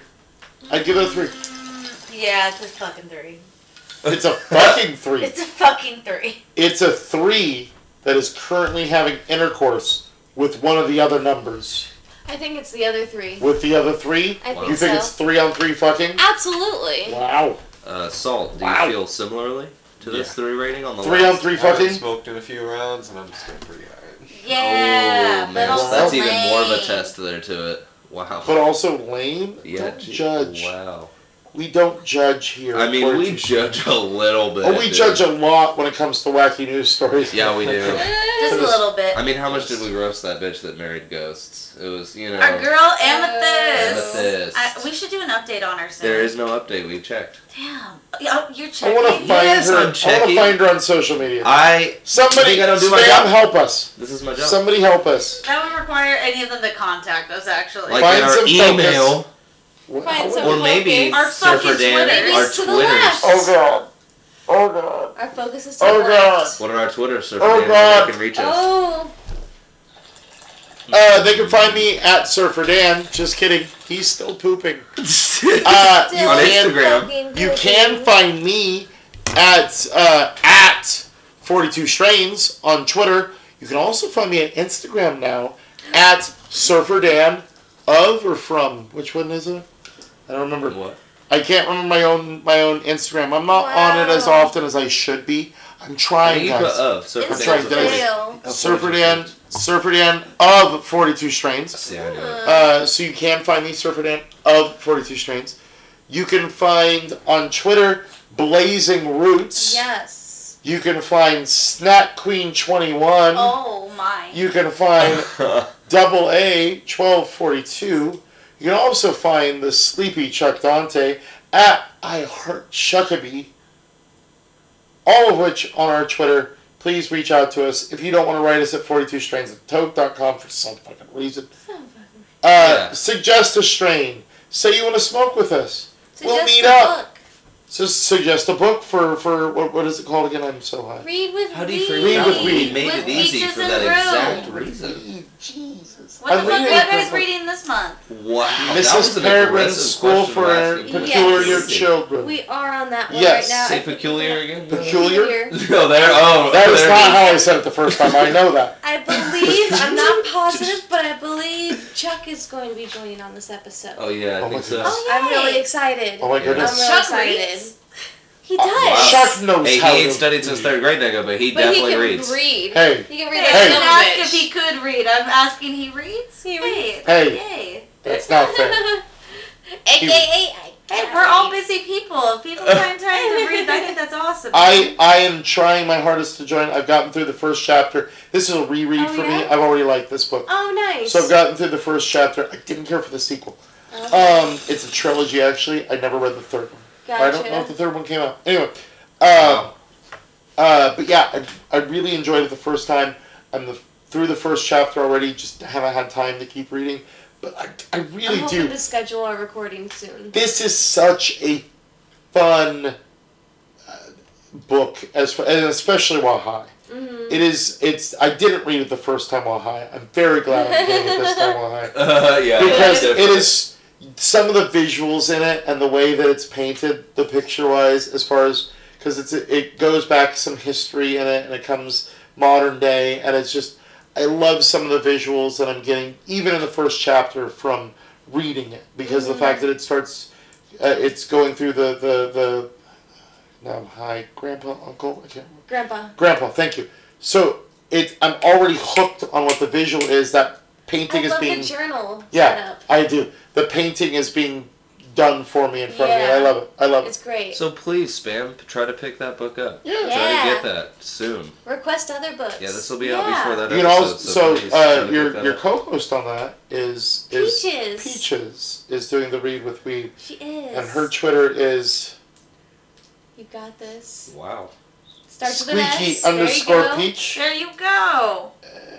I'd give it a [LAUGHS] three. yeah, it's a fucking three. It's a fucking three. It's a fucking three. Oh, It's a three that is currently having intercourse with one of the other numbers. I think it's the other three. With the other three, I think you think so. it's three on three fucking? Absolutely. Wow. Uh, Salt, do Wow. you feel similarly to this Yeah. three rating on the Three on last? three I haven't fucking? smoked in a few rounds, and I'm just getting pretty high. Yeah, oh, man, middle so that's even lane. more of a test there to it. Wow. but also lame. yeah, don't gee, judge. Wow. We don't judge here. I mean, We're- we judge a little bit. oh, we dude. judge a lot when it comes to wacky news stories. Yeah, we do. Just a little bit. I mean, how much did we roast that bitch that married ghosts? It was, you know, Our girl Amethyst. Amethyst. I, we should do an update on her soon. there is no update. We checked. Damn. Oh, [LAUGHS] you're I checking. want to find Yes, her. I'm I want to checking. find her on social media. I. Somebody, think I don't do my spam, job. help us. This is my job. Somebody help us. that would require any of them to contact us, actually. like Find in some our email, Wha- Find how- some- or maybe focus. Our Surfer fucking Dan, Twitter. our Maybe to the left. Twitters. Oh god. Oh god. Our focus is to Oh the god. left. What are our Twitter Surfer Oh, Dan? God. You can reach us. [LAUGHS] Oh, Uh, they can find me at Surfer Dan. Just kidding. He's still pooping. Uh, you still On can Instagram. fucking You pooping. can find me at uh, at 42 Strains on Twitter. You can also find me on Instagram now at Surfer Dan of or from which one is it? I don't remember. What? I can't remember my own my own Instagram. I'm not on it as Wow. often as I should be. I'm I trying, mean, you put guys. of Surfer It's Dan. like Insta this. fail. Of Surfer course. Dan Surfer Dan of 42 Strains. See, I knew it. Uh, so you can find me, Surfer Dan of 42 Strains. You can find on Twitter, Blazing Roots. Yes. You can find Snack Queen 21. Oh my. Mm-hmm. You can find Double A 1242. You can also find the Sleepy Chuck Dante at I Heart Chuckabee. All of which on our Twitter. Please reach out to us. If you don't want to write us at 42strains at toke.com for some fucking reason, uh, Yeah. suggest a strain. Say you want to smoke with us. We'll Suggest meet a up. book. So suggest a book for, for what, what is it called again? I'm so high. Read with How do you weed. figure out Read that with we weed. made With it easy peaches for and that room. exact reason? Jesus. What the I'm fuck? reading What it are you for- reading this month? Wow. Oh, that was Mrs. an Peregrine's aggressive School question for to Our ask me. Peculiar Yes. Children. We are on that one right Yes. now. Say peculiar again? Peculiar? No, there. [LAUGHS] Oh, that was there. not how I said it the first time. I know that. I believe I'm [LAUGHS] not positive, but I believe Chuck is going to be joining on this episode. Oh yeah, I Oh my think so. goodness. Oh, I'm yay. really excited. Oh my Yeah. I'm goodness. really Chuck excited. reads? He Uh, Um, does. Chuck knows Hey, he how ain't to studied since read. third grade, nigga, but he Oh, but he definitely can reads. read. Hey, He can read Hey, a Hey. I little didn't bitch. [LAUGHS] ask if he could read. I'm asking he reads. He Hey, Hey. Yay. that's not fair. [LAUGHS] AKA, Hey, we're all busy people. If people find time to read, I think that's awesome. Uh, I I am trying my hardest to join. I've gotten through the first chapter. This is a reread Oh, for me. yeah? I've already liked this book. Oh, nice. So I've gotten through the first chapter. I didn't care for the sequel. Um, it's a trilogy actually. I never read the third one. Gotcha. I don't know if the third one came out. Anyway, um, uh, but yeah, I, I really enjoyed it the first time. I'm the, through the first chapter already. Just haven't had time to keep reading, but I, I I'm really hoping do. to schedule our recording soon. This is such a fun uh, book, as fa- and especially while high. hmm It is. It's. I didn't read it the first time while high. I'm very glad I'm doing it this time while high Uh, yeah, because it definitely. is some of the visuals in it and the way that it's painted the picture wise as far as because it's it goes back some history in it and it comes modern day and it's just i love some of the visuals that i'm getting even in the first chapter from reading it because Mm-hmm. the fact that it starts uh, it's going through the the the now i'm high grandpa uncle i can't Grandpa. grandpa thank you so it i'm already hooked on what the visual is that painting I is love being the journal yeah, setup. I do. The painting is being done for me in front Yeah. of me. I love it. I love it. It's great. So please, spam, try to pick that book up. Yeah. Try to Yeah. get that soon. Request other books. Yeah, this will be out Yeah. before that You can episode. also so, please try to uh, pick your that your up. co-host on that is is Peaches. Peaches is doing the read with weed, She is. and her Twitter is You got this. Wow. Starts with an squeaky S. There you underscore go. peach. there you go. [LAUGHS]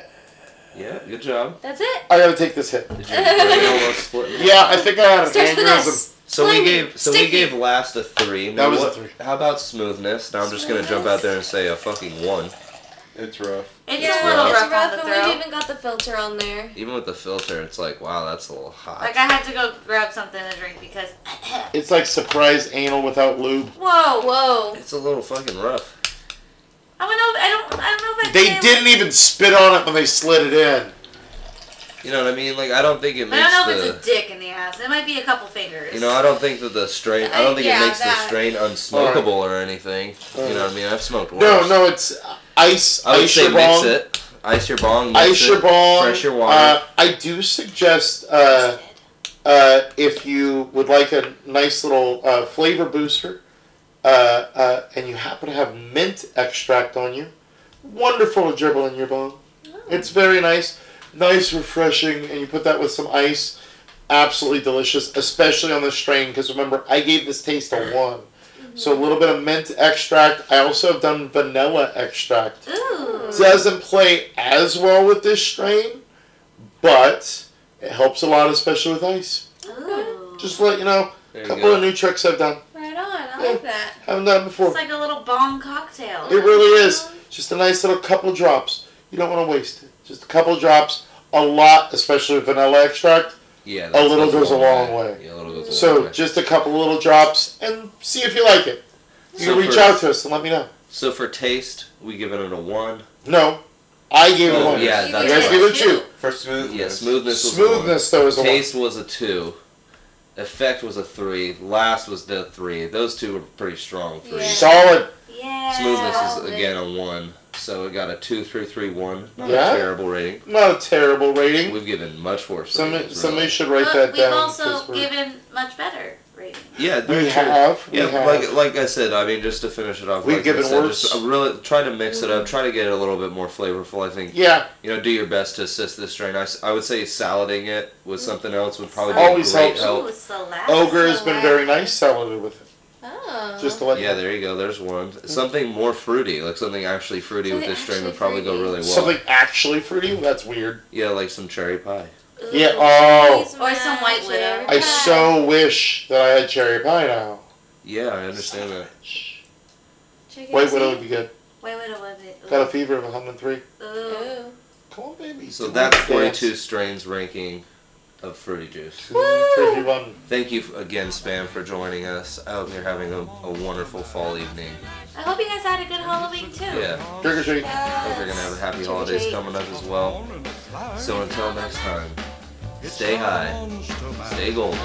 Yeah, good job. That's it. I gotta take this hit. Did you really almost split it? Yeah, I think I had an Starts with an aneurysm. S. So Slimy. we gave so Sticky. we gave last a three. That was a What- three. How about smoothness? Now I'm just gonna jump out there and say a fucking one. It's rough. It's Yeah, a little it's rough, rough, on the and we've throat. even got the filter on there. Even with the filter, it's like wow, that's a little hot. Like I had to go grab something to drink because. [CLEARS THROAT] It's like surprise anal without lube. Whoa! Whoa. it's a little fucking rough. I don't know. I don't. I don't know if I They can- didn't even spit on it when they slid it in. You know what I mean? Like I don't think it But I makes don't know if the it's a dick in the ass. It might be a couple fingers. you know I don't think that the strain I don't think Yeah, it makes the that- strain unsmokable or anything. You know what I mean? I've smoked worse. No, no, it's ice. I would ice say your mix bong. it. Ice your bong. Mix ice it, your bong. Fresh your water. Uh, I do suggest uh, uh, if you would like a nice little uh, flavor booster, uh, uh, and you happen to have mint extract on you, wonderful to dribble in your bong. It's very nice, nice, refreshing, and you put that with some ice. Absolutely delicious, especially on the strain. Because remember, I gave this taste a one. So a little bit of mint extract. I also have done vanilla extract Ooh. doesn't play as well with this strain, but it helps a lot, especially with ice. Ooh. Just to let you know, There a you couple go. of new tricks I've done. Right on. I Yeah. like that. Haven't done before. It's like a little bong cocktail. it really is. Just a nice little couple drops. You don't want to waste it. Just a couple drops, a lot, especially with vanilla extract. yeah, a little goes a long way. Yeah, a little goes a long So way. just a couple little drops and see if you like it. You So can reach for- out to us and let me know. So for taste, we give it a one. No, I gave it Oh, one. yeah, you that's guys right. gave it two. For smooth. Yeah, smoothness. Was Smoothness though is A a one. one. Taste was a two. Effect was a three. Last was the three. Those two were pretty strong. Three. Yeah. Solid. Yeah. Smoothness Yeah. is again a one. so it got a two three three one. Not Yeah? a terrible rating. Not a terrible rating. We've given much worse. Somebody, ratings, somebody really. should write but that Uh, we've down. also 'cause we're- given much better ratings. Yeah, we very true. have. We Yeah, have. like like I said, I mean, just to finish it off, We've like given I said, worse. Just, uh, really try to mix it up, try to get it a little bit more flavorful. I think yeah, you know, do your best to assist this strain. I, s- I would say salading it with something else would probably Always be a great helps. help. Ooh, salad. oh. ogre has been very nice saladed with it. Oh. Just to let Yeah, there you go. There's one. Something more fruity, like something actually fruity with Something this strain would actually probably go fruity. really well. something actually fruity. That's weird. Yeah, like some cherry pie. Ooh, Yeah, oh. please, Or some my white widow. I cherry pie. so wish that I had cherry pie now. Yeah, I understand that. Chicken White Widow soup. would be good. Wait, wait, wait, wait. Got a fever of 103. Ooh. Ooh. Come on, baby. So Do that's it. 42 strains ranking of fruity juice. Two, three, one. Thank you again, Spam, for joining us. I hope you're having a, a wonderful fall evening. I hope you guys had a good Halloween too. Yeah, Trick or treat. I hope you're gonna have a happy holidays coming up as well. So until next time, stay high, stay golden.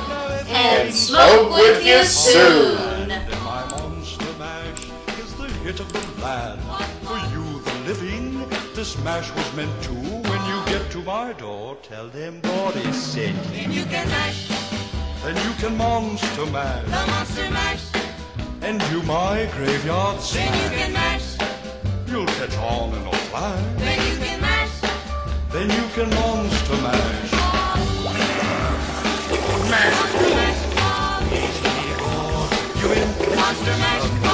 And smoke with you soon. And my monster mash is the hit of the land. For you, the living, this mash was meant to. When you get to my door, tell them Gordy sent you. And you can mash Then you can monster mash, the monster mash. and you my graveyard Then you can smash. mash. You'll catch on in a flash. Then you can mash. Then you can monster mash. Monster mash. You in Monster mash.